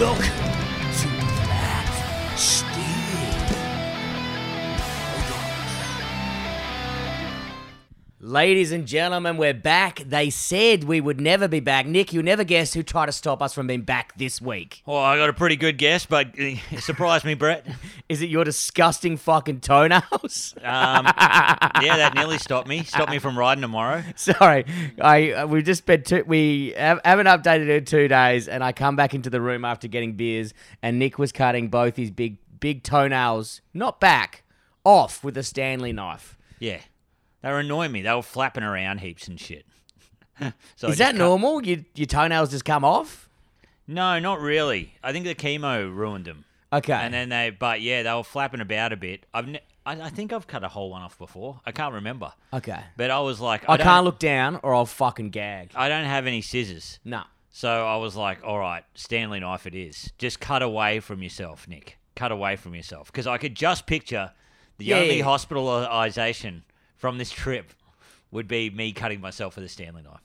Welcome to Black Steel. Ladies and gentlemen, we're back. They said we would never be back. Nick, you never guess who tried to stop us from being back this week. Well, I got a pretty good guess, but it surprised me, Brett. Is it your disgusting fucking toenails? Um, yeah, that nearly stopped me. Stopped me from riding tomorrow. Sorry, I uh, we've just been two, we have, haven't updated in two days, and I come back into the room after getting beers, and Nick was cutting both his big big toenails, not back, off with a Stanley knife. Yeah, they were annoying me. They were flapping around heaps and shit. so I Is just that cut- normal? You, your toenails just come off? No, not really. I think the chemo ruined them. Okay. And then they, but yeah, they were flapping about a bit. I've, ne- I, I think I've cut a whole one off before. I can't remember. okay. But I was like, I, I, don't- can't look down, or I'll fucking gag. I don't have any scissors. No. So I was like, all right, Stanley knife it is. Just cut away from yourself, Nick. Cut away from yourself. Because I could just picture the Yeah, only yeah. hospitalization from this trip would be me cutting myself with a Stanley knife.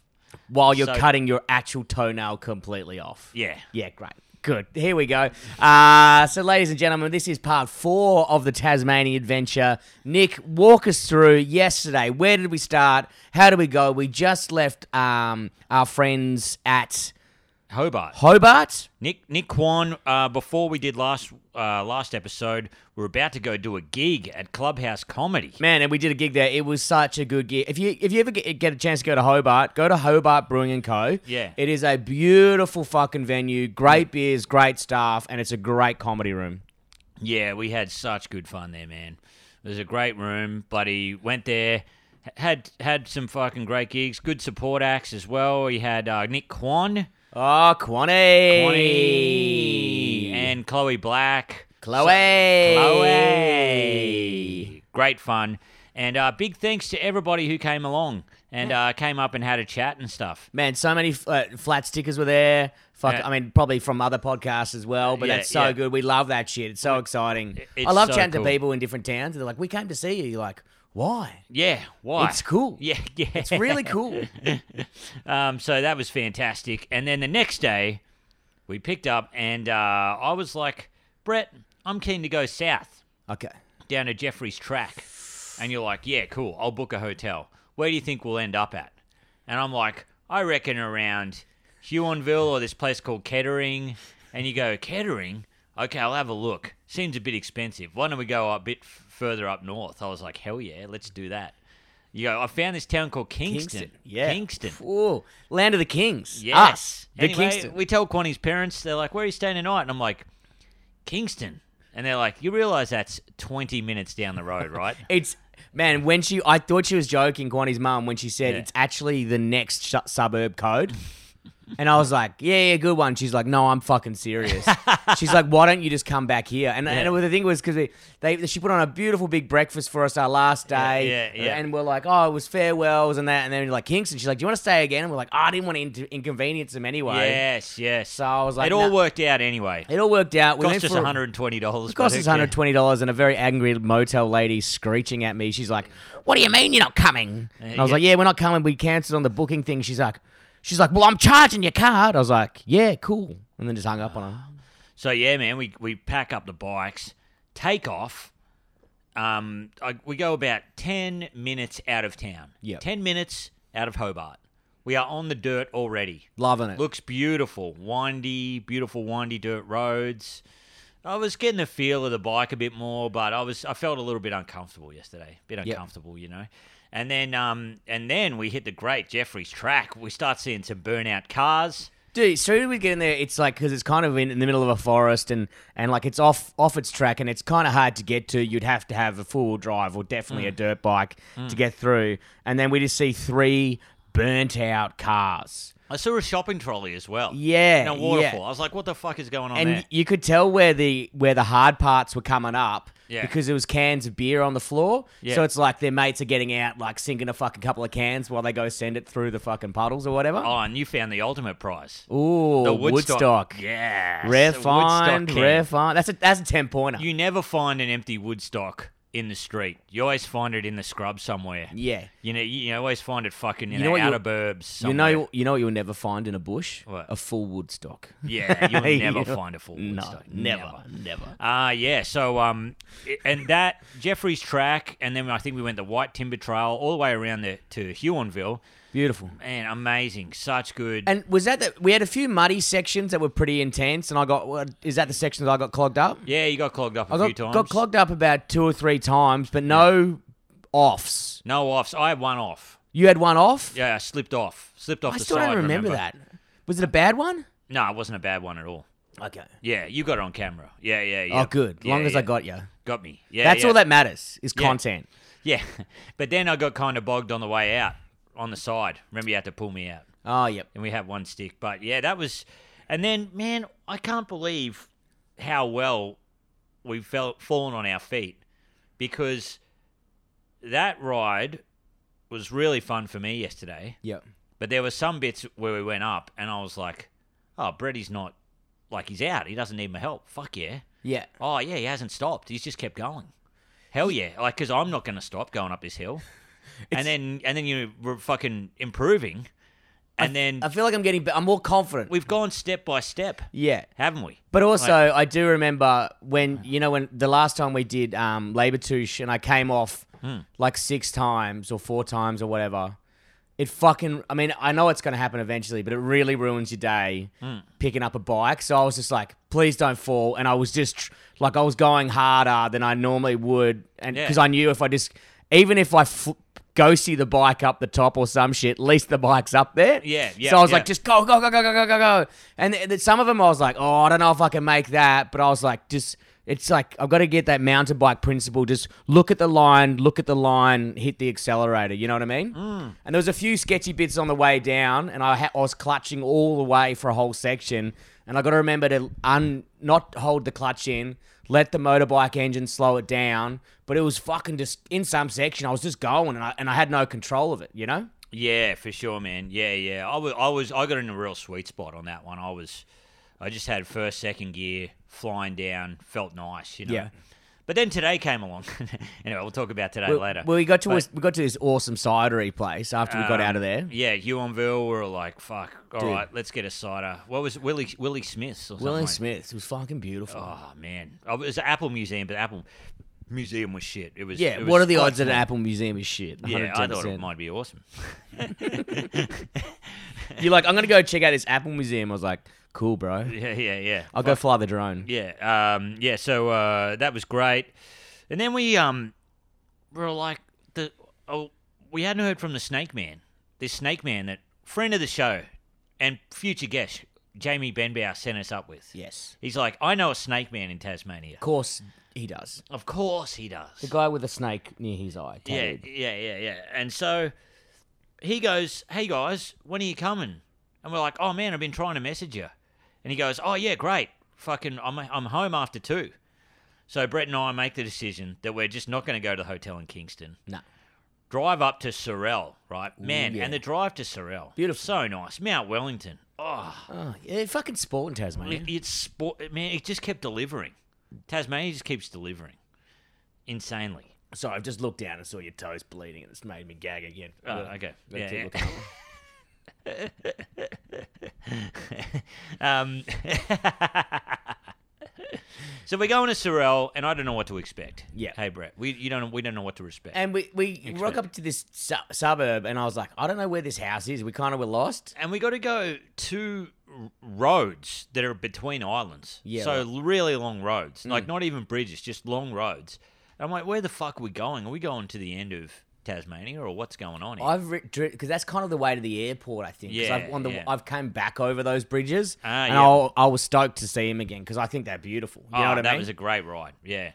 While you're So- cutting your actual toenail completely off. Yeah. Yeah, great. Good. Here we go. Uh, so, ladies and gentlemen, this is part four of the Tasmanian adventure. Nick, walk us through yesterday. Where did we start? How did we go? We just left um, our friends at Hobart. Hobart. Nick Nick Kwan, uh, before we did last uh, last episode, we are about to go do a gig at Clubhouse Comedy. Man, and we did a gig there. It was such a good gig. If you if you ever get, get a chance to go to Hobart, go to Hobart Brewing and Co. Yeah. it is a beautiful fucking venue. Great beers, great staff, and it's a great comedy room. Yeah, we had such good fun there, man. It was a great room. Bloody went there, h- had had some fucking great gigs, good support acts as well. We had uh, Nick Kwan, Oh, Kwani. Kwani, and Chloe Black. Chloe. Chloe. Great fun. And uh, big thanks to everybody who came along and uh, came up and had a chat and stuff. Man, so many uh, flat stickers were there. Fuck, Yeah. I mean, probably from other podcasts as well, but Yeah, that's so yeah. good. We love that shit. It's so exciting. it's I love so chatting cool. to people in different towns. They're like, we came to see you. You're like, why? Yeah, why? It's cool. Yeah, yeah. It's really cool. um, so that was fantastic. And then the next day, we picked up, and uh, I was like, Brett, I'm keen to go south okay. down to Jeffrey's track. And you're like, yeah, cool. I'll book a hotel. Where do you think we'll end up at? And I'm like, I reckon around Huonville or this place called Kettering. And you go, Kettering? Okay, I'll have a look. Seems a bit expensive. Why don't we go a bit f- further up north? I was like, hell yeah, let's do that. You go, I found this town called Kingston. Yeah. Kingston. Ooh, Land of the Kings. Yes. Us. The Anyway, Ah, Kingston. We tell Quani's parents, they're like, Where are you staying tonight? And I'm like, Kingston. And they're like, You realize that's 20 minutes down the road, right? It's man. When she, I thought she was joking, Kwani's mum, when she said Yeah. it's actually the next sh- suburb code. And I was like, yeah, yeah, good one. She's like, no, I'm fucking serious. She's like, why don't you just come back here? And, and Yeah. the thing was, because they, she put on a beautiful big breakfast for us our last day. yeah, yeah. And we're like, oh, it was farewells and that. And then we're like, Kingston. She's like, do you want to stay again? And we're like, oh, I didn't want to in- inconvenience them anyway. yes, yes. So I was like, it all nah. worked out anyway. It all worked out. We cost went us for a- $120. It cost us $120 and a very angry motel lady screeching at me. She's like, What do you mean you're not coming? And I was yeah. like, Yeah, we're not coming. We cancelled on the booking thing. She's like, She's like, Well, I'm charging your card. I was like, Yeah, cool. And then just hung up on her. So, yeah, man, we, we pack up the bikes, take off. Um, I, we go about 10 minutes out of town. Yep. 10 minutes out of Hobart. We are on the dirt already. Loving it. Looks beautiful, windy, beautiful windy dirt roads. I was getting the feel of the bike a bit more, but I was I felt a little bit uncomfortable yesterday. A bit uncomfortable, you know. And then um and then we hit the great Jeffrey's track. We start seeing some burnout cars. Dude, as soon as we get in there, it's like, because it's kind of in, in the middle of a forest and, and like it's off, off its track and it's kind of hard to get to. You'd have to have a four wheel drive or definitely a dirt bike to get through. And then we just see three burnt out cars. I saw a shopping trolley as well. Yeah, And a yeah. waterfall. I was like, what the fuck is going on and there? you could tell where the where the hard parts were coming up Yeah. because there was cans of beer on the floor. Yeah. So it's like their mates are getting out, like sinking a fucking couple of cans while they go send it through the fucking puddles or whatever. oh, and you found the ultimate prize. Ooh, Oh, The Woodstock. Yeah. Rare find, Woodstock can. rare find. That's a that's a ten pointer. You never find an empty Woodstock in the street. You always find it in the scrub somewhere. Yeah. You know, you, you always find it fucking You in know the what outer you'll- burbs. You Somewhere. know, you know what you'll never find in a bush? What? A full Woodstock. yeah, you'll never You- find a full No, Woodstock. never, never. Uh, yeah. So, um, i- and that Jeffrey's track, and then I think we went the White Timber Trail all the way around the, to Huonville. Beautiful. Man, amazing! Such good. And was that the, we had a few muddy sections that were pretty intense, and I got what- is that the sections I got clogged up? yeah, you got clogged up a I got, few times. got clogged up about two or three times, but no offs. No offs. I had one off. You had one off. Yeah, I slipped off. Slipped off I the still side. don't remember, that. Was it a bad one? No, it wasn't a bad one at all. Okay. Yeah, you got it on camera. Yeah, yeah, yeah. Oh, good. Yeah, long as I yeah. got you. got me. Yeah, That's yeah. all that matters is Yeah. content. Yeah, but then I got kind of bogged on the way out on the side. Remember, you had to pull me out, Oh, yep. and we had one stick. But yeah, that was. And then, man, I can't believe how well we felt fallen on our feet because that ride was really fun for me yesterday. Yep. But there were some bits where we went up, and I was like, "Oh, Brady's not like he's out. He doesn't need my help. Fuck yeah. Yeah. Oh yeah, he hasn't stopped. He's just kept going. Hell yeah. Like because I'm not going to stop going up this hill. and then and then you were fucking improving, and then I feel like I'm getting. be- I'm more confident. we've gone step by step, yeah. haven't we? But also, I do remember when you know when the last time we did um, Labor Touche and I came off like six times or four times or whatever. It fucking. I mean, I know it's going to happen eventually, but it really ruins your day picking up a bike. So I was just like, please don't fall. And I was just tr- like, I was going harder than I normally would, and Yeah. because I knew if I just, even if I. Fl- Go see the bike up the top or some shit. At least the bike's up there. Yeah, yeah, So I was like, yeah. just just go, go, go, go, go, go, go, go. And th- th- some of them I was like, oh, I don't know if I can make that. But I was like, just, it's like, I've got to get that mountain bike principle. Just look at the line, look at the line, hit the accelerator. You know what I mean? Mm. And there was a few sketchy bits on the way down. And I, ha- I was clutching all the way for a whole section. And I got to remember to un- not hold the clutch in, let the motorbike engine slow it down. But it was fucking just in some section. I was just going and I, and I had no control of it, you know? Yeah, for sure, man. Yeah, yeah. I was, I was, I got in a real sweet spot on that one. I was, I just had first, second gear flying down, felt nice, you know. Yeah. But then today came along. anyway, we'll talk about today Well, later. Well, we got to But- Um, we got to this awesome cidery place after we got out of there. Yeah, Huonville were like, fuck, All right, let's get a cider. What was it? Willie Willie Smith's or something? Willie like- Smith's it was fucking beautiful. Oh man. Oh, it was the Apple Museum, but the Apple Museum was shit. It was yeah, it what was are the quite odds that an small. Apple Museum is shit? Yeah, I thought 110%. it might be awesome. You're like, I'm gonna go check out this Apple Museum. I was like, cool, bro. Yeah, yeah, yeah. I'll go fly the drone. Yeah, um, yeah. So uh, that was great, and then we um, were like the oh, we hadn't heard from the Snake Man, this Snake Man that friend of the show, and future guest Jamie Benbow sent us up with. Yes, He's like, I know a Snake Man in Tasmania. of course he does. Of course he does. The guy with a snake near his eye. yeah, tattooed. yeah, yeah, yeah. And so he goes, "Hey guys, when are you coming?" And we're like, "Oh man, I've been trying to message you." And he goes, "Oh yeah, great. Fucking, I'm I'm home after two. So Brett and I make the decision that we're just not going to go to the hotel in Kingston. No. Drive up to Sorel, right? Man, yeah. and the drive to Sorel, Beautiful. so nice. Mount Wellington. Oh, Oh, yeah, fucking sport in Tasmania. it, it's sport. Man, it just kept delivering. Tasmania just keeps delivering, insanely. Sorry, I've just looked down and saw your toes bleeding, and it's made me gag again. Oh, Ugh. okay. Gotta Yeah, keep yeah. looking up. Um, so we're going to Sorel, and I don't know what to expect. Yeah. Hey, Brett, we you don't we don't know what to respect. And, And we we rock up to this su- suburb, and I was like, I don't know where this house is. We kind of were lost. we got to go two r- roads that are between islands. Yeah, Mm. So really long roads, like not even bridges, just long roads. And I'm like, where the fuck are we going? Are we going to the end of Tasmania, or what's going on here? I've because that's kind of the way to the airport, I think. 'cause Yeah, I've, on the, yeah. I've came back over those bridges, Ah, and yeah. I'll- I was stoked to see him again because I think they're beautiful. You oh, know what that I mean? was a great ride. Yeah.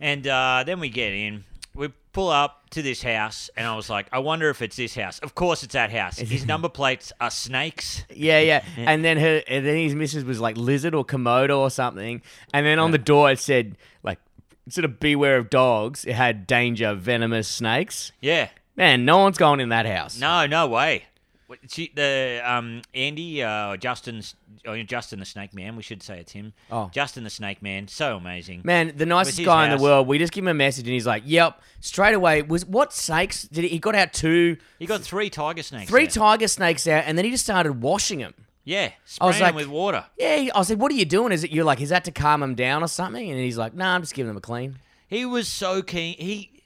And uh, then we get in. We pull up to this house, and I was like, I wonder if it's this house. Of course, it's that house. His number plates are snakes. yeah, yeah. And then her, and then his missus was like lizard or komodo or something, and then on the door it said like instead of beware of dogs, it had danger venomous snakes. Yeah. Man, no one's going in that house. No, no way. What- She, the um, Andy uh, Justin's oh, Justin the Snake Man. We should say it's him. Oh. Justin the Snake Man, so amazing. Man, the nicest his guy in house. the world. We just give him a message and he's like, "Yep." Straight away was what snakes did he, he got out two, He got three tiger snakes. three there. tiger snakes out, and then he just started washing them. Yeah, I spraying was them like- with water. Yeah, I said, "What are you doing?" Is it you're like, "Is that to calm him down or something?" And he's like, "Nah, I'm just giving him a clean." He was so keen. He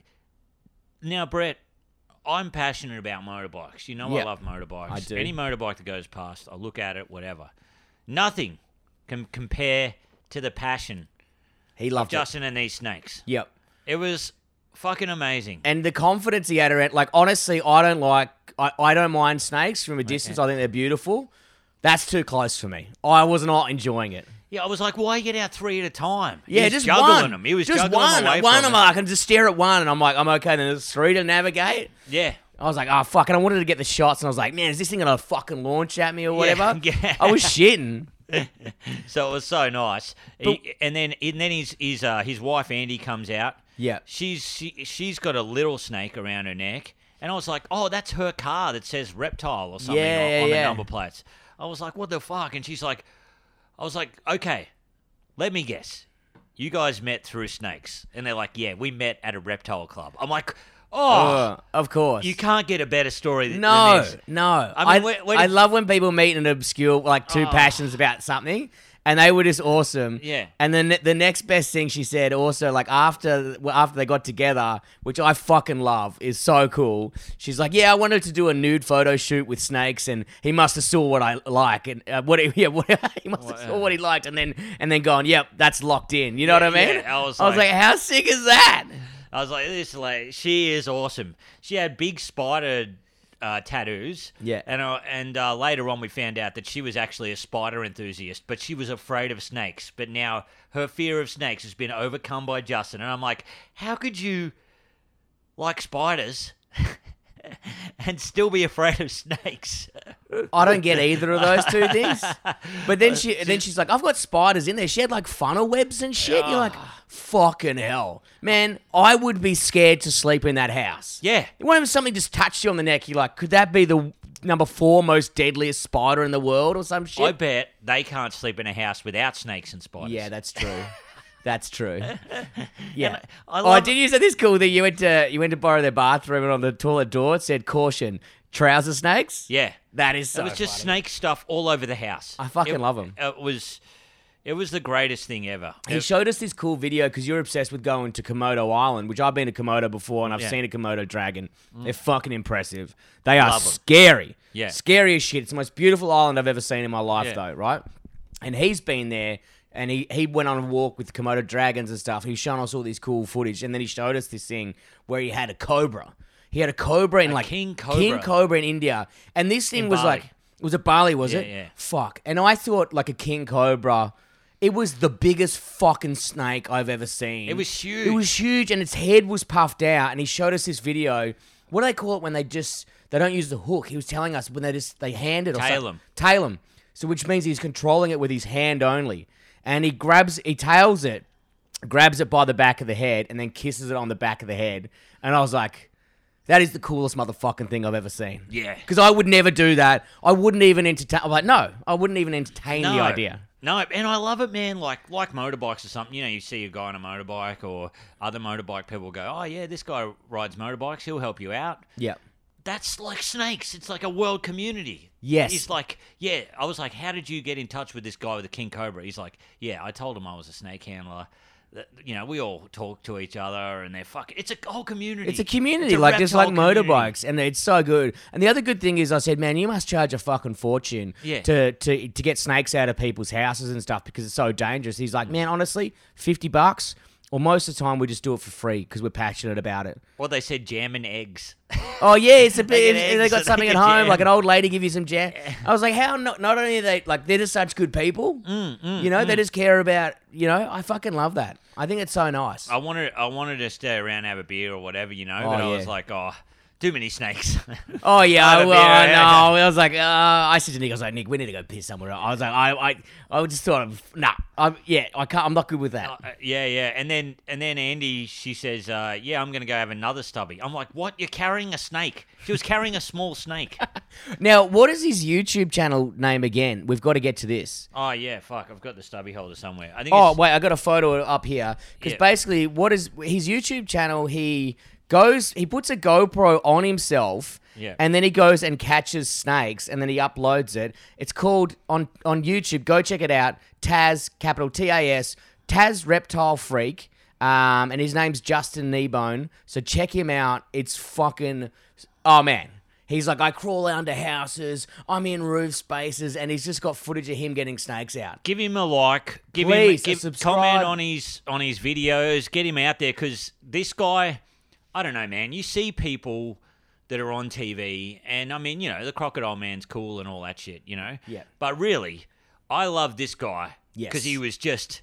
now Brett, I'm passionate about motorbikes. You know Yeah. I love motorbikes. I do. Any motorbike that goes past, I look at it, whatever. Nothing can compare to the passion He loved Justin and these snakes. it. Yep. It was fucking amazing. and the confidence he had around like honestly i don't like i, I don't mind snakes from a distance i think they're beautiful that's too close for me i was not enjoying it Yeah, I was like, why get out three at a time? He yeah was just juggling one. them. He was just juggling one Away one from i'm them. like i can just stare at one and i'm like i'm okay then there's three to navigate Yeah, I was like, oh fuck, and I wanted to get the shots, and I was like, man, is this thing gonna fucking launch at me or whatever? yeah. I was shitting. so it was so nice. He- and then and then his his uh, his wife Andy comes out. Yeah. she's she she's got a little snake around her neck, and I was like, oh, that's her car that says reptile or something Yeah, on, yeah, on yeah. the number plates. I was like, what the fuck? And she's like, I was like, okay, let me guess. You guys met through snakes, and they're like, yeah, we met at a reptile club. I'm like, oh, Ugh, of course. you can't get a better story th- No, than this. no. I I, mean, where- where I did- love when people meet an obscure, like two Oh. passions about something, and they were just awesome. Yeah. And then the next best thing she said, also like after well, after they got together, which I fucking love, is so cool. She's like, "Yeah, I wanted to do a nude photo shoot with snakes, and he must have saw what I like, and uh, what he- yeah, what, he must have saw what he liked, and then and then gone, yep, that's locked in. You know what I mean? yeah, I was like, like- how sick is that? I was like, this like she is awesome. She had big spider uh, tattoos. Yeah. and uh, and uh, later on we found out that she was actually a spider enthusiast, but she was afraid of snakes. But now her fear of snakes has been overcome by Justin, and I'm like, how could you like spiders? and still be afraid of snakes. I don't get either of those two things. But then she then she's like, I've got spiders in there. She had like funnel webs and shit. You're like, fucking hell. Man, I would be scared to sleep in that house. Yeah. What if something just touched you on the neck? You're like, could that be the number four most deadliest spider in the world or some I shit? bet they can't sleep in a house without snakes and spiders. yeah, that's true. That's true. Yeah. I oh, love- did you say this cool that you went to you went to borrow their bathroom and on the toilet door it said caution, trouser snakes? yeah. That is so it was just funny. snake stuff all over the house. I fucking It- love 'em. It was, it was the greatest thing ever. He It- showed us this cool video because you're obsessed with going to Komodo Island, which I've been to Komodo before and I've Yeah. Mm. seen a Komodo dragon. They're fucking impressive. They are Love 'em. scary. Yeah. Scary as shit. It's the most beautiful island I've ever seen in my life, Yeah. though, right? And he's been there and he, he went on a walk with Komodo dragons and stuff. He was showing us all these cool footage and then he showed us this thing where he had a cobra. He had a cobra in like king cobra. King cobra in India. And this thing was Bali. like it was a Bali, was Yeah, it? yeah. Fuck. And I thought like a king cobra. It was the biggest fucking snake I've ever seen. It was It was huge, and its head was puffed out. And he showed us this video. What do they call it when they just they don't use the hook? He was telling us when they just they hand it or Tail some- 'em. tail him. So which means he's controlling it with his hand only, and he grabs he tails it, grabs it by the back of the head, and then kisses it on the back of the head. And I was like, that is the coolest motherfucking thing I've ever seen. Yeah. Because I would never do that. I wouldn't even entertain. I'm like, no, I wouldn't even entertain the idea. No, and I love it, man. Like like motorbikes or something. You know, you see a guy on a motorbike or other motorbike people go, "Oh yeah, this guy rides motorbikes. He'll help you out." Yeah. That's like snakes. It's like a world community. Yes. He's like, yeah. I was like, how did you get in touch with this guy with the king cobra? He's like, yeah. I told him I was a snake handler. That- You know, we all talk to each other, and they're fucking. It's a whole community. It's a community, like just like reptile community. motorbikes, and it's so good. And the other good thing is, I said, man, you must charge a fucking fortune Yeah. to, to to get snakes out of people's houses and stuff because it's so dangerous. He's Mm. like, man, honestly, fifty bucks, or most of the time we just do it for free because we're passionate about it. Or they said jam and eggs. Oh yeah, it's a bit. get it's- eggs They and got they something get at home, jam. like an old lady give you some jam. I was like, how? Not, not only are they like they're just such good people, Mm, you know, they just care about you know. I fucking love that. I think it's so nice. Oh, I wanted I wanted to stay around, have a beer or whatever, you know. but Oh, I yeah. was like, oh, Too many snakes. Uh, Oh yeah, Out I of will. here, I yeah, know. I was like, uh, I said to Nick, I was like, Nick, we need to go piss somewhere. I was like, I, I, I just thought, of, nah, I'm, yeah, I can't. I'm not good with that. Uh, yeah, yeah. And then and then Andy, she says, uh, "Yeah, I'm gonna go have another stubby." I'm like, "What? You're carrying a snake?" She was carrying a small snake. Now, what is his YouTube channel name again? We've got to get to this. oh yeah, fuck. I've got the stubby holder somewhere. I think. Oh it's, wait, I got a photo up here because Yeah. basically, what is his YouTube channel? He goes, he puts a GoPro on himself, Yeah. and then he goes and catches snakes, and then he uploads it. It's called on on YouTube. Go check it out. Taz capital T A S Taz Reptile Freak, um, and his name's Justin Kneebone. So check him out. It's fucking oh man. He's like, I crawl under houses, I'm in roof spaces, and he's just got footage of him getting snakes out. give him a like. Give Please, him give, subscribe. comment on his on his videos. Get him out there because this guy, I don't know, man. You see people that are on TV, and I mean, you know, the crocodile man's cool and all that shit, you know. Yeah. But really, I love this guy Yes. because he was just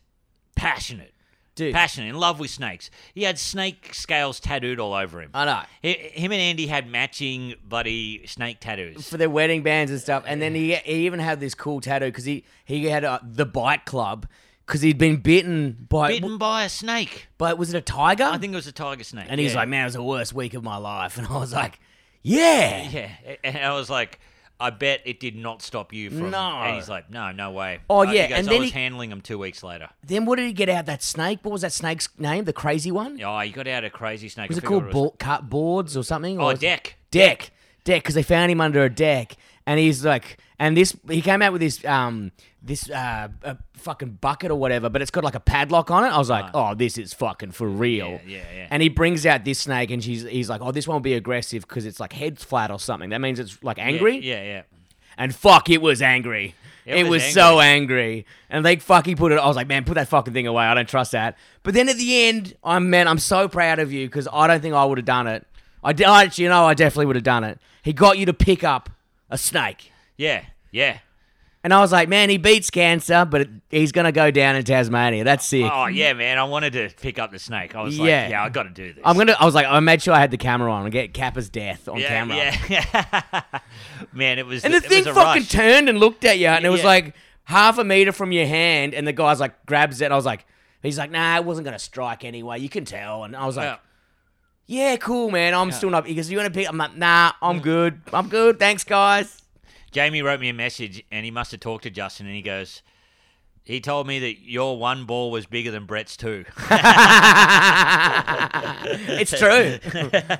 passionate. Dude. Passionate, in love with snakes. He had snake scales tattooed all over him. I know. Hi- Him and Andy had matching bloody snake tattoos. for their wedding bands and stuff. And then he, he even had this cool tattoo because he he had uh the Bite Club because he'd been bitten by Bitten by a snake. by was it a tiger? I think it was a tiger snake. And he's yeah. like, man, it was the worst week of my life. And I was like, yeah. Yeah, a- and I was like, I bet it did not stop you from. No. And he's like, no, no way. Oh, Uh, yeah, he goes, and I then was he- handling him two weeks later. Then what did he get out that snake? What was that snake's name? The crazy one? Oh, he got out a crazy snake. Was I it forgot called what bo- cut boards or something? Oh, or was it- deck. deck, deck, because they found him under a deck, and he's like, and this he came out with this um this uh, uh fucking bucket or whatever, but it's got like a padlock on it. I was like, oh, this is fucking for real. Uh. Yeah, yeah, yeah. And he brings out this snake, and she's he's like, oh, this won't be aggressive because it's like head flat or something. That means it's like Yeah, angry. Yeah, yeah. And fuck, it was angry. It, It was, was so angry. And they fucking put it. I was like, man, put that fucking thing away. I don't trust that. But then at the end, I'm man, I'm so proud of you because I don't think I would have done it. I did. You know, I definitely would have done it. He got you to pick up a snake, Yeah, yeah. and I was like, man, he beats cancer, but it, he's gonna go down in Tasmania. That's sick. Oh, yeah, man. I wanted to pick up the snake. I was like, Yeah. yeah, I got to do this. I'm gonna. I was like, I made sure I had the camera on and get Kappa's death on yeah, camera. Yeah. man, it was. And the it was thing a fucking rush. turned and looked at you, and it was Yeah. like half a meter from your hand. And the guy's like grabs it. I was like, he's like, nah, it wasn't gonna strike anyway. You can tell. And I was like, Yeah. yeah, cool, man. I'm still not. He goes, you wanna pick? I'm like, nah, I'm good. I'm good. Thanks, guys. Jamie wrote me a message, and he must have talked to Justin, and he goes. He told me that your one ball was bigger than Brett's two. It's true.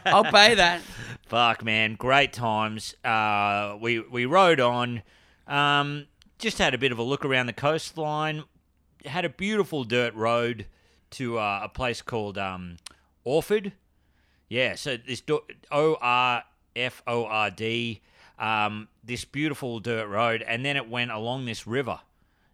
I'll pay that. Fuck, man, great times. Uh, we we rode on. Um, just had a bit of a look around the coastline. Had a beautiful dirt road to uh, a place called um, Orford. Yeah, so this O R F O R D. Um, this beautiful dirt road, and then it went along this river,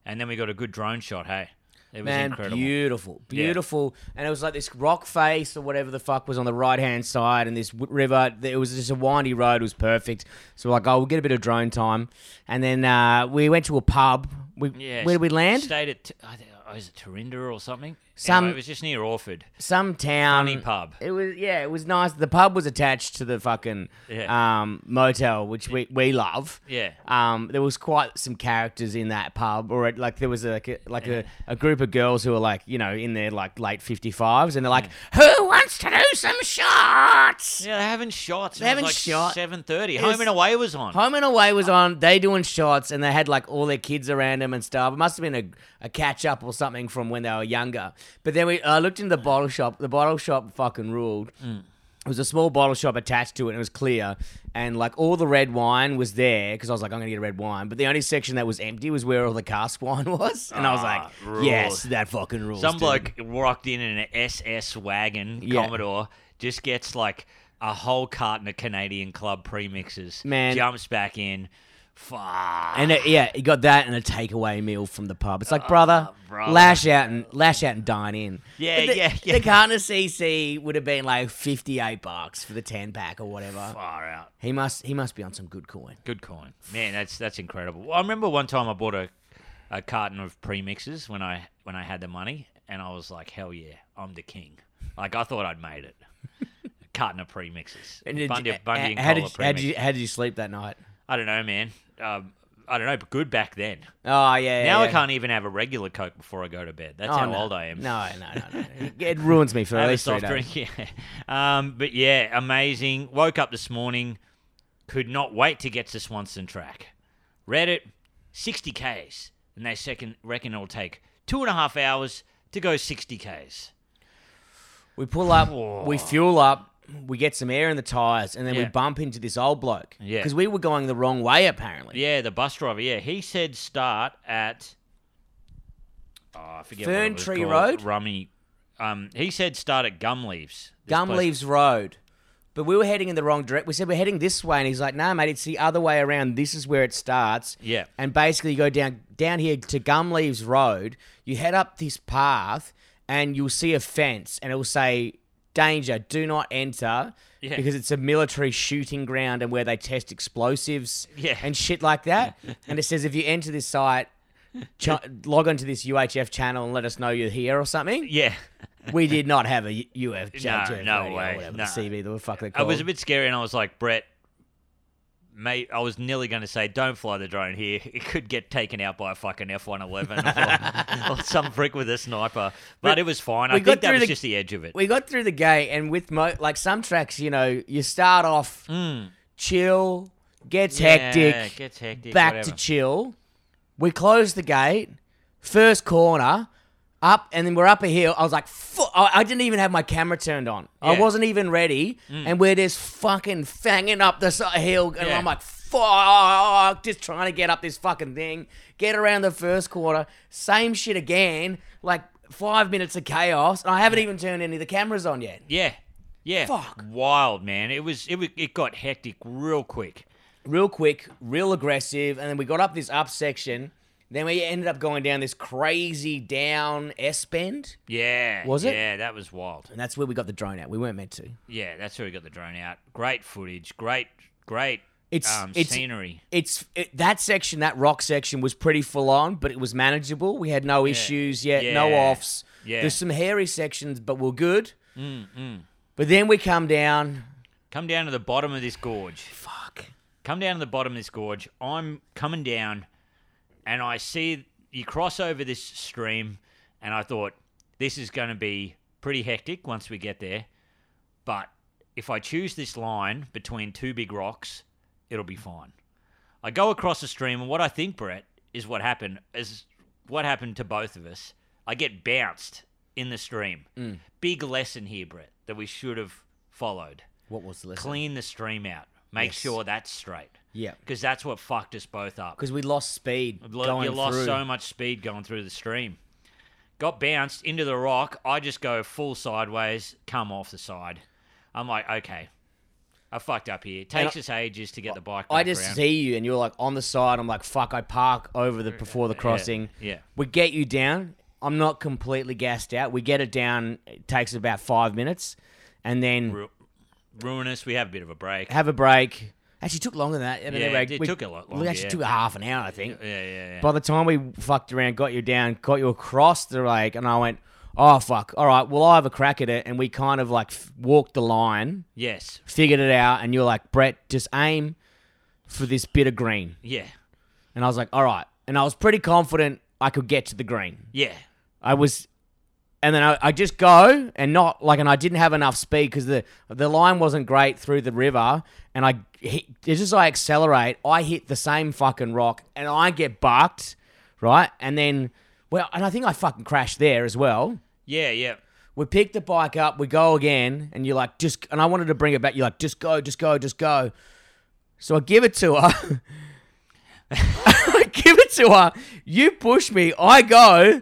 and then we got a good drone shot. Hey, it was Man, incredible. beautiful, beautiful, and it was like this rock face or whatever the fuck was on the right hand side, and this w- river. It was just a windy road. It was perfect. So we're like, oh, we'll get a bit of drone time, and then uh, we went to a pub. We, yeah, where did we land? Stayed at I think- oh, is it Turinda or something? Some- Uh, Anyway, it was just near Orford. Some town. Funny pub. It was yeah, it was nice. The pub was attached to the fucking Yeah. um, motel, which we, we love. Yeah. Um, there was quite some characters in that pub, or it, like there was like a, like a, a group of girls who were like you know in their like late fifty fives, and they're like, "Who wants to do some shots?" Yeah, they're having shots. They're having having like shot- Seven thirty. was- Home and Away was on. Home and Away was on. They doing shots, and they had like all their kids around them and stuff. It must have been a, a catch up or something from when they were younger. But then we I looked into the bottle shop. The bottle shop fucking ruled. It was a small bottle shop attached to it, and it was clear. And like all the red wine was there because I was like, I'm gonna get a red wine. But the only section that was empty was where all the cask wine was, and I was Ah, like, rules. yes, that fucking rules. Some dude. bloke walked in in an SS wagon Yeah. Commodore, just gets like a whole carton of Canadian Club premixes. Man. jumps back in. Fuck. And it, yeah, he got that and a takeaway meal from the pub. It's like, brother, Ah, brother. lash out and lash out and dine in. Yeah, But the, yeah, yeah. The Carter CC would have been like fifty-eight bucks for the ten pack or whatever. far out. He must he must be on some good coin. Good coin, man. That's that's incredible. Well, I remember one time I bought a, a carton of premixes when I when I had the money, and I was like, hell yeah, I'm the king. Like I thought I'd made it. carton of premixes. And did Bundy, you- Bundy and how, Cola did, you- how did you premixes. how did you sleep that night? I don't know, man. Um, I don't know, but good back then. Oh yeah. now yeah. I can't even have a regular Coke before I go to bed. That's Oh, how no. old I am. No, no, no, no. It ruins me for I at have a least three soft days. drink. Yeah. Um, but yeah, amazing. Woke up this morning, could not wait to get to Swanson Track. Read it, 60 Ks, and they second reckon it'll take two and a half hours to go 60 Ks. We pull up, we fuel up, we get some air in the tires, and then we Yeah. bump into this old bloke. Yeah. Because we were going the wrong way apparently. Yeah, the bus driver. Yeah, he said start at. Oh, I forget. what it Fern was Tree called. Road? Rummy. Um, he said start at Gum Leaves. This Gum place- Leaves Road. But we were heading in the wrong direction. We said we're heading this way, and he's like, "No, mate, it's the other way around. This is where it starts." Yeah. And basically, you go down down here to Gum Leaves Road. You head up this path, and you'll see a fence, and it will say, "Danger! Do not enter." Yeah. Because it's a military shooting ground and where they test explosives Yeah. and shit like that. and it says if you enter this site, ch- log onto this UHF channel and let us know you're here or something. Yeah. We did not have a U- UFJ No, Jeff no radio or way, Whatever, no. The CB, the fuck they I called. was a bit scary, and I was like, Brett. Mate, I was nearly going to say, don't fly the drone here. It could get taken out by a fucking F one eleven or some prick with a sniper. But We- it was fine. we I got think that through was the- just the edge of it. we got through the gate, and with mo- like some tracks, you know, you start off chill, gets Hmm. Yeah, hectic, gets hectic. back whatever. to chill. We close the gate, first corner, up, and then we're up a hill. I was like, fu- I I didn't even have my camera turned on. I Yeah. Mm. wasn't even ready, and we're just fucking fanging up this uh, hill, and Yeah. I'm like, fuck, just trying to get up this fucking thing, get around the first quarter, same shit again, like five minutes of chaos, and I haven't even turned any of the cameras on yet. Yeah. Yeah. Fuck. Wild, man. It was it wa- it got hectic real quick. real quick, real aggressive, and then we got up this up section. Then we ended up going down this crazy down S bend, Yeah. Was it? Yeah, that was wild. and that's where we got the drone out. We weren't meant to. Yeah, that's where we got the drone out. Great footage. Great great It's um, it's scenery. it's it, that section, that rock section was pretty full on, but it was manageable. We had no issues yet, no Yeah. offs. Yeah. There's some hairy sections, but we're good. Mm, mm. But then we come down. Come down to the bottom of this gorge. Fuck. Come down to the bottom of this gorge. I'm coming down and I see you cross over this stream and I thought this is going to be pretty hectic once we get there. But if I choose this line between two big rocks, it'll be fine. I go across the stream, and what I think, Brett, is what happened is what happened to both of us. I get bounced in the stream. Big lesson here, Brett, that we should have followed. What was the lesson? Clean the stream out. Make Yes. sure that's straight. Yeah, Because that's what fucked us both up. because we lost speed Lo- going you lost through. so much speed going through the stream. Got bounced into the rock. I just go full sideways, come off the side. I'm like, okay, I fucked up here. Takes us ages to get the bike. I back just around. see you and you're like on the side. I'm like, fuck, I park over the before the crossing. yeah. We get you down. I'm not completely gassed out. We get it down. It takes about five minutes and then Ru- ruinous. We have a bit of a break. have a break. Actually, it took longer than that. And Yeah, anyway, it we- took a lot it longer, actually yeah. took a half an hour, I think. Yeah, yeah, yeah. By the time we fucked around, got you down, got you across the lake, and I went, oh, fuck. All right, well, I'll have a crack at it. And we kind of like f- walked the line, yes. figured it out. And you're like, Brett, just aim for this bit of green. Yeah. And I was like, all right. And I was pretty confident I could get to the green. Yeah. I was, and then I, I just go and not like, and I didn't have enough speed because the the line wasn't great through the river. And I hit, just as I accelerate, I hit the same fucking rock and I get bucked, right? And then, well, and I think I fucking crashed there as well. Yeah. Yeah. We pick the bike up, we go again, and you're like, just, and I wanted to bring it back. You're like, just go, just go, just go. So I give it to her. I give it to her. You push me, I go.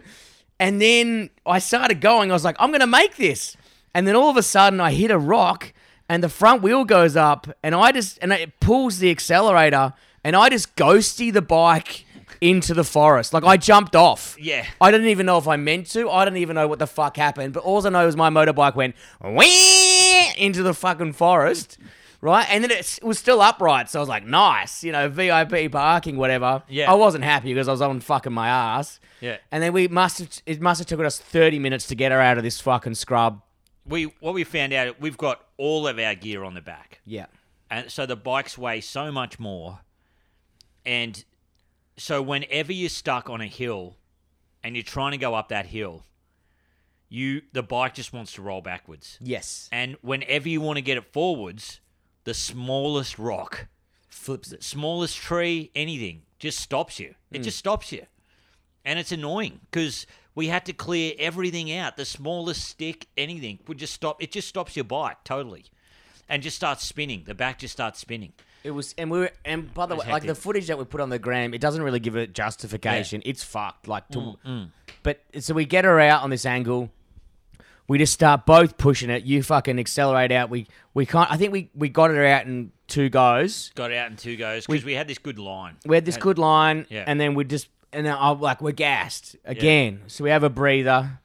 And then I started going. I was like, I'm going to make this. And then all of a sudden, I hit a rock, and the front wheel goes up, and I just, and it pulls the accelerator, and I just ghosty the bike into the forest. Like I jumped off. Yeah. I didn't even know if I meant to. I didn't even know what the fuck happened. But all I know is my motorbike went wee into the fucking forest, right? And then it s- was still upright. So I was like, nice, you know, VIP parking, whatever. Yeah. I wasn't happy because I was on fucking my ass. Yeah. And then we must have, it must have taken us 30 minutes to get her out of this fucking scrub. we what we found out we've got all of our gear on the back. Yeah. and so the bikes weigh so much more and so whenever you're stuck on a hill and you're trying to go up that hill you the bike just wants to roll backwards Yes. and whenever you want to get it forwards the smallest rock Flips it. Hmm. smallest tree anything just stops you it just stops you and it's annoying because we had to clear everything out the smallest stick anything would just stop it just stops your bike totally and just starts spinning the back just starts spinning It was, and we were, and by the way, like the hectic. footage that we put on the gram, it doesn't really give it justification. It's fucked. Like, to, Mm, but so we get her out on this angle. We just start both pushing it. You fucking accelerate out. We we can't. I think we we got her out in two goes. got out in two goes because we, had this good line. We had this good line, Yeah. and then we just and then I'm like, we're gassed again. So we have a breather,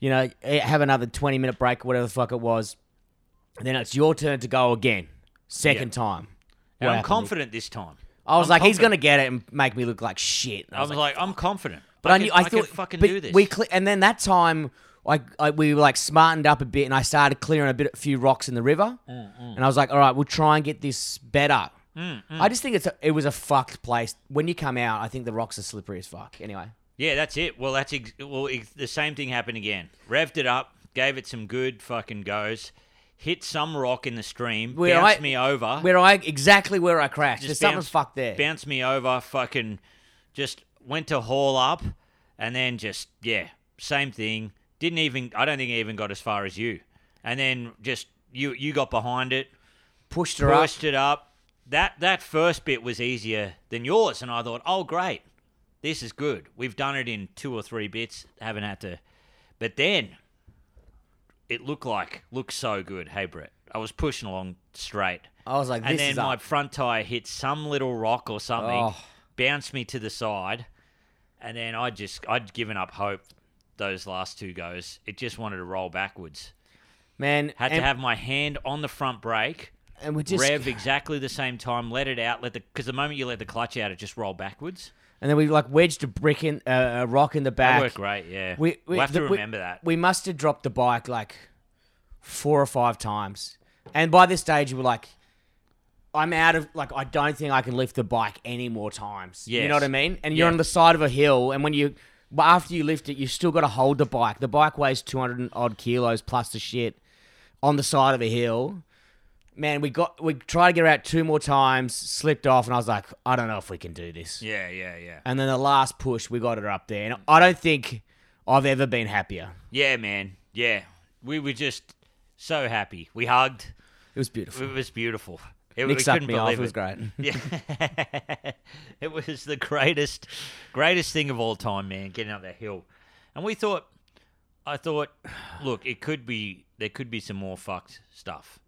you know, eh, have another twenty minute break, whatever the fuck it was. And then it's your turn to go again, second time. And What I'm happened? confident this time. I was I'm like, he's gonna confident. get it and make me look like shit. And I I was was like, like, I'm confident. but I, knew can, I thought can fucking but do this. We cle- and then that time, like I, we were like smartened up a bit, and I started clearing a bit, a few rocks in the river, Mm, and I was like, all right, we'll try and get this better. mm. I just think it's a, it was a fucked place. When you come out, I think the rocks are slippery as fuck. Anyway, yeah, that's it. Well, that's ex- well, ex- the same thing happened again. Revved it up, gave it some good fucking goes, hit some rock in the stream, Where bounced I- me over, where I exactly where I crashed, there's something bounced- fucked there. Bounced me over, fucking, just went to haul up, and then just yeah, same thing. Didn't even. I don't think I even got as far as you, and then just you you got behind it. pushed her up. pushed it up. That that first bit was easier than yours, and I thought, oh great, this is good. We've done it in two or three bits. Haven't had to, but then it looked like looked so good. Hey Brett, I was pushing along straight, I was like, this and then is my up. front tire hit some little rock or something, Oh. bounced me to the side, and then I just I'd given up hope. Those last two goes, it just wanted to roll backwards. man. Had and, to have my hand on the front brake and we just rev exactly the same time, let it out, let the because the moment you let the clutch out, it just roll backwards. and then we like wedged a brick in uh, a rock in the That back. worked great, yeah. We, we will have to the- we- remember that. We must have dropped the bike like four or five times. And by this stage, we were like, I'm out of, like, I don't think I can lift the bike any more times. You Yes. know what I mean? And you're Yeah. on the side of a hill, and when you, but after you lift it, you still got to hold the bike. The bike weighs 200 and odd kilos plus the shit on the side of a hill. Man, we got, we tried to get her out two more times, slipped off, and I was like, I don't know if we can do this. yeah, yeah, yeah, And then the last push, we got her up there. And I don't think I've ever been happier. yeah, man, yeah. We were just so happy. We hugged. It was beautiful. It was beautiful. It, Nick we sucked couldn't me off. It believe was great. Yeah. it was the greatest, greatest thing of all time, man. Getting up that hill, and we thought, I thought, look, it could be there could be some more fucked stuff,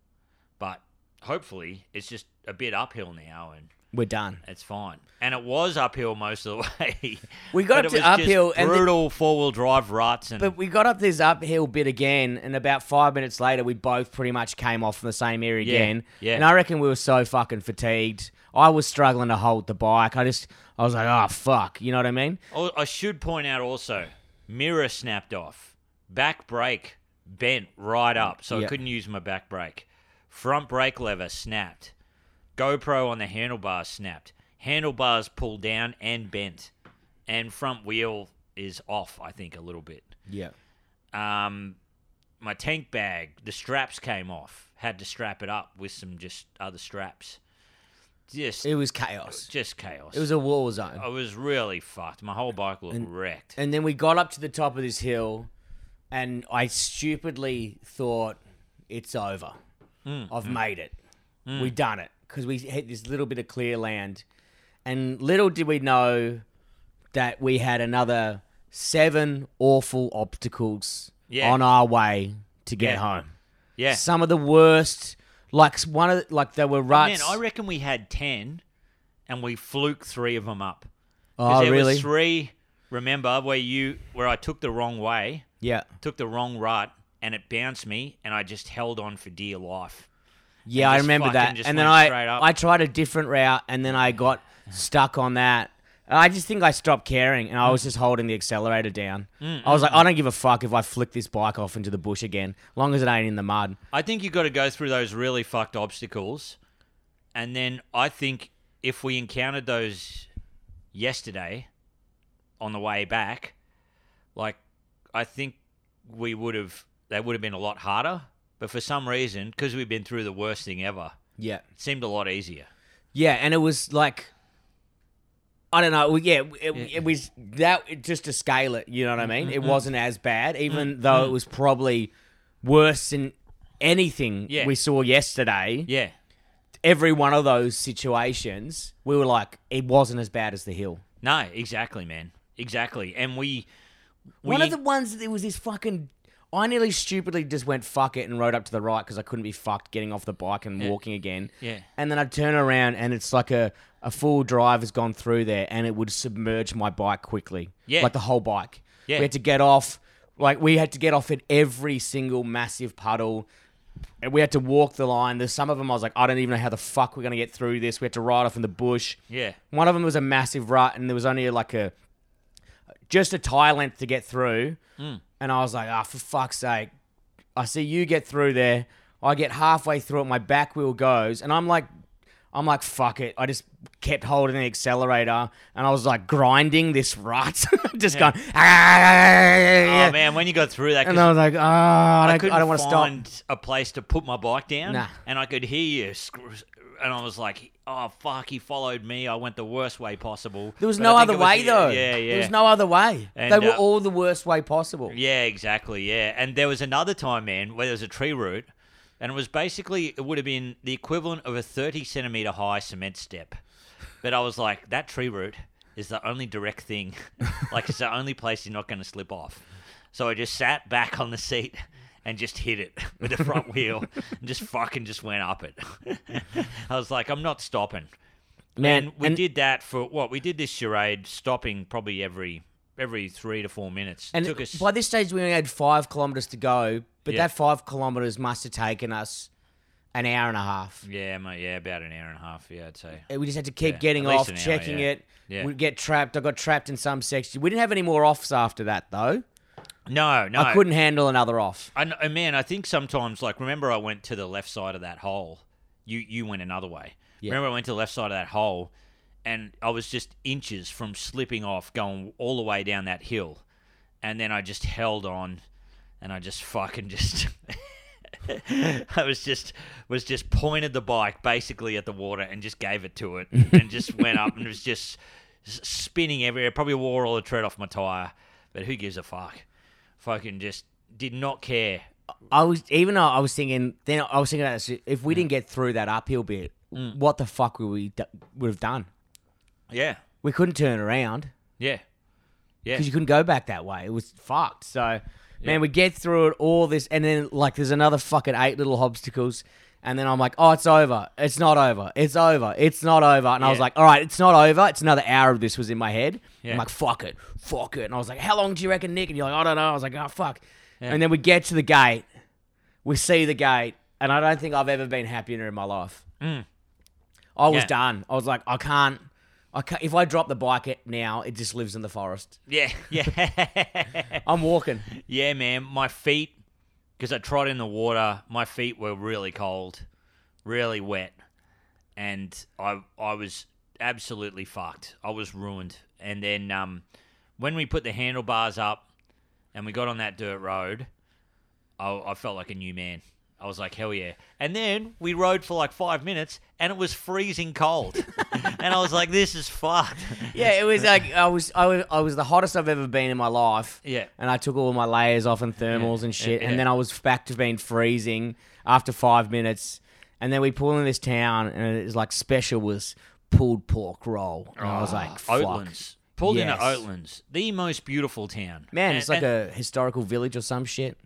but hopefully it's just a bit uphill now and We're done. it's fine. And it was uphill most of the way. We got up But it to was just uphill and the- brutal four wheel drive ruts and But we got up this uphill bit again, and about five minutes later, we both pretty much came off from the same area Yeah, again. yeah. And I reckon we were so fucking fatigued. I was struggling to hold the bike. I just, I was like, oh, fuck. You know what I mean? Oh, I should point out also, mirror snapped off, back brake bent right up, so Yeah. I couldn't use my back brake. Front brake lever snapped. GoPro on the handlebars snapped. Handlebars pulled down and bent, and front wheel is off. I think a little bit. Yeah. Um, my tank bag, the straps came off. Had to strap it up with some just other straps. Just, It was chaos. just chaos. It was a war zone. I was really fucked. My whole bike looked wrecked. And then we got up to the top of this hill, and I stupidly thought, it's over. Hmm. I've made it. We've done it. Because we hit this little bit of clear land. And little did we know that we had another seven awful obstacles Yeah. on our way to get Yeah. home. yeah. Oh, Some of the worst, like one of, like there were Man, ruts. I reckon we had 10 and we fluke three of them up. 'Cause oh, there really? was three, remember, where you where I took the wrong way, yeah, took the wrong rut, and it bounced me, and I just held on for dear life. yeah, I just remember fucking that. just And then went straight I, up. I tried a different route, and then I got stuck on that, I just think I stopped caring and I was just holding the accelerator down. Mm, I was like, I don't give a fuck if I flick this bike off into the bush again, long as it ain't in the mud. I think you got to go through those really fucked obstacles, and then I think if we encountered those yesterday on the way back, like I think we would have they would have been a lot harder. But for some reason, because we've been through the worst thing ever, Yeah. it seemed a lot easier. Yeah, and it was like, I don't know. well, Yeah, it, it was that it- just to scale it. You know Mm, what I mean? It wasn't as bad, even though it was probably worse than anything Yeah. we saw yesterday. Yeah, Every one of those situations, we were like, it wasn't as bad as the hill. no, exactly, man, exactly. And we, we one of the ones that was this fucking. I nearly stupidly just went fuck it and rode up to the right because I couldn't be fucked getting off the bike and walking again. Yeah. And then I turn around and it's like a, a full drive has gone through there and it would submerge my bike quickly. Yeah. Like the whole bike. Yeah. We had to get off. Like we had to get off at every single massive puddle. And we had to walk the line. There's some of them I was like, I don't even know how the fuck we're gonna get through this. We had to ride off in the bush. yeah, One of them was a massive rut, and there was only like a just a tie length to get through. Hmm. And I was like, ah, for fuck's sake! I see you get through there. I get halfway through it, my back wheel goes, and I'm like, I'm like, fuck it. I just kept holding the accelerator, and I was like grinding this rut, just going. "Ah, Oh man, when you got through that, 'cause And I was like, ah, I I don't, couldn't I don't want to stop. find a place to put my bike down, Nah. and I could hear you, scr- and I was like, "Oh fuck!" He followed me. I went the worst way possible. There was But no I think other it was- way yeah, though. Yeah, yeah, There was no other way. And, they were uh, all the worst way possible. yeah, exactly. Yeah, and there was another time, man, where there was a tree root, and it was basically it would have been the equivalent of a thirty centimeter high cement step, but I was like, that tree root is the only direct thing, like it's the only place you're not going to slip off. So I just sat back on the seat. And just hit it with the front wheel, and just fucking just went up it. I was like, I'm not stopping. Man, and we and- did that for what we did this charade, stopping probably every every three to four minutes. And took us by this stage, we only had five kilometers to go, but Yeah. that five kilometers must have taken us an hour and a half. Yeah, mate. Yeah, about an hour and a half. Yeah, I'd say. And We just had to keep Yeah, getting at least off, an hour, checking yeah. it. Yeah. We'd get trapped. I got trapped in some section. We didn't have any more offs after that, though. No, no. I couldn't handle another off. I, kn- uh, man, I think sometimes, like, remember I went to the left side of that hole. You you went another way. Yeah. Remember I went to the left side of that hole, and I was just inches from slipping off, going all the way down that hill, and then I just held on, and I just fucking just. I was just was just pointed the bike basically at the water and just gave it to it and just went up and was just s- spinning everywhere. Probably wore all the tread off my tire, but who gives a fuck? Fucking just did not care. I was even though I was thinking then I was thinking about this. If Mm. we didn't get through that uphill bit, what the fuck would we do- would have done? Yeah, We couldn't turn around. yeah, yeah. because you couldn't go back that way. It was fucked. So, man, we get through it all this, and then like there's another fucking eight little obstacles, and then I'm like, oh, it's over. It's not over. It's over. It's not over. And I was Yeah. like, all right, it's not over. It's another hour of this was in my head. Yeah. I'm like, fuck it, fuck it. And I was like, how long do you reckon, Nick? And you're like, I don't know. I was like, oh fuck. And then we get to the gate. We see the gate, and I don't think I've ever been happier in my life. I was Mm. Yeah. done. I was like, I can't. I can't, if I drop the bike it now, it just lives in the forest. Yeah, yeah, I'm walking. yeah, man. My feet, because I trod in the water, my feet were really cold, really wet, and I I was absolutely fucked. I was ruined. And then um, when we put the handlebars up and we got on that dirt road, I, I felt like a new man. I was like, hell yeah. And then we rode for like five minutes and it was freezing cold. and I was like, this is fucked. Yeah, it was like I was I was I was the hottest I've ever been in my life. Yeah. And I took all my layers off and thermals and shit, yeah. and then I was back to being freezing after five minutes. And then we pull in this town, and it was like special was pulled pork roll, and I was like, fuck. Ah, Oatlands. Pulled into Yes. Oatlands, the most beautiful town. Man, And- it's like and, a historical village or some shit.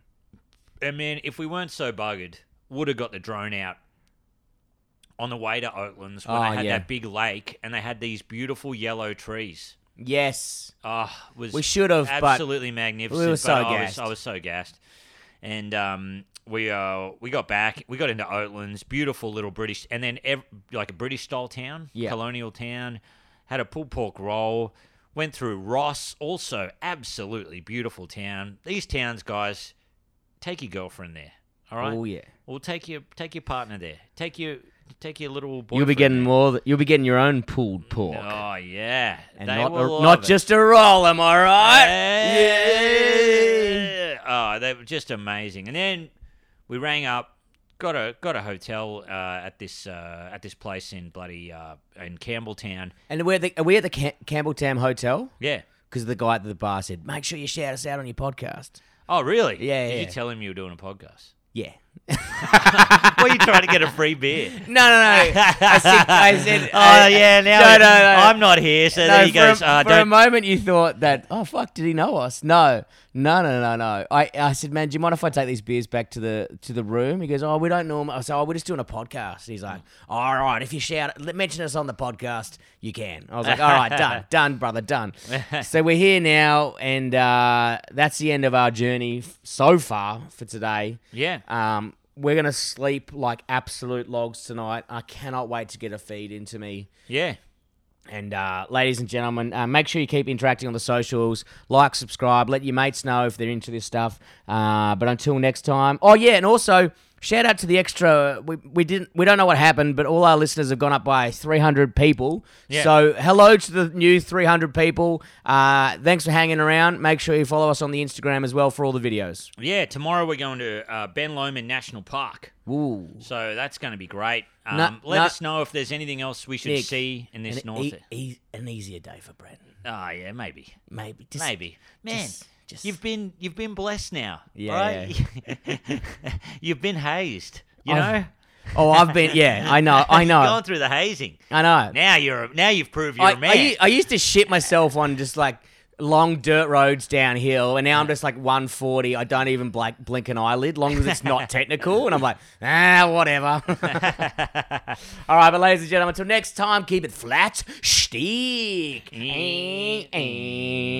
and man, if we weren't so buggered, would have got the drone out on the way to Oatlands when Oh, they had yeah. that big lake and they had these beautiful yellow trees. Yes, Ah, was we should have, but absolutely magnificent. we were but so I was, gassed. I was so gassed, and um, we uh, we got back. We got into Oatlands, beautiful little British, and then ev- like a British style town, Yeah. colonial town. had a pulled pork roll, went through Ross, also absolutely beautiful town. These towns, guys, take your girlfriend there. All right. Oh, yeah. Or take your take your partner there. Take your take your little boy. You'll be getting more. th- You'll be getting your own pulled pork, Oh yeah, and They not will a- love not it. just a roll. Am I right? Yeah. Yeah. Oh, they were just amazing. And then we rang up, got a got a hotel uh, at this uh, at this place in bloody uh, in Campbelltown. And we're the, are we at the Cam- Campbelltown Hotel? Yeah. Because the guy at the bar said, "Make sure you shout us out on your podcast." Oh, really? Yeah, Did yeah. you tell him you were doing a podcast? Yeah. Were you trying to get a free beer? No, no, no. I said. I said Oh I- yeah, now No, it- no, no. I'm not here, so No, there he for a- goes. uh, for a don't moment, you thought that, oh fuck, did he know us? No, no, no, no, no. I, I said, man, do you mind if I take these beers back to the to the room? He goes, oh, we don't norm. I said, oh, we're just doing a podcast. He's like, all right, if you shout, let- mention us on the podcast, you can. I was like, all right, done, done, brother, done. so we're here now, and uh, that's the end of our journey f- so far for today. Yeah. Um, we're gonna sleep like absolute logs tonight. I cannot wait to get a feed into me. yeah. And uh, ladies and gentlemen, uh, make sure you keep interacting on the socials. Like, subscribe, let your mates know if they're into this stuff. Uh, but until next time, oh yeah, and also shout out to the extra. We, we didn't we don't know what happened, but all our listeners have gone up by 300 people. Yeah. So hello to the new 300 people. Uh, thanks for hanging around. Make sure you follow us on the Instagram as well for all the videos. Yeah, tomorrow we're going to uh, Ben Lomond National Park. Ooh. So that's going to be great. Um, No- let no- us know if there's anything else we should Nick, see in this an, north. e- e- an easier day for Brett. Ah, yeah, maybe, Maybe. Just, maybe. Man, just- just- you've been you've been blessed now, Yeah, right? you've been hazed, you I've- know. Oh, I've been. Yeah, I know. I You've know. Gone through the hazing. I know. Now you're a- now you've proved you're I, a man. I u- I used to shit myself on just like long dirt roads downhill, and now I'm just like 140. I don't even blink, blink an eyelid, long as it's not technical. And I'm like, ah, whatever. All right, but ladies and gentlemen, until next time, keep it flat, stick. Eh, eh.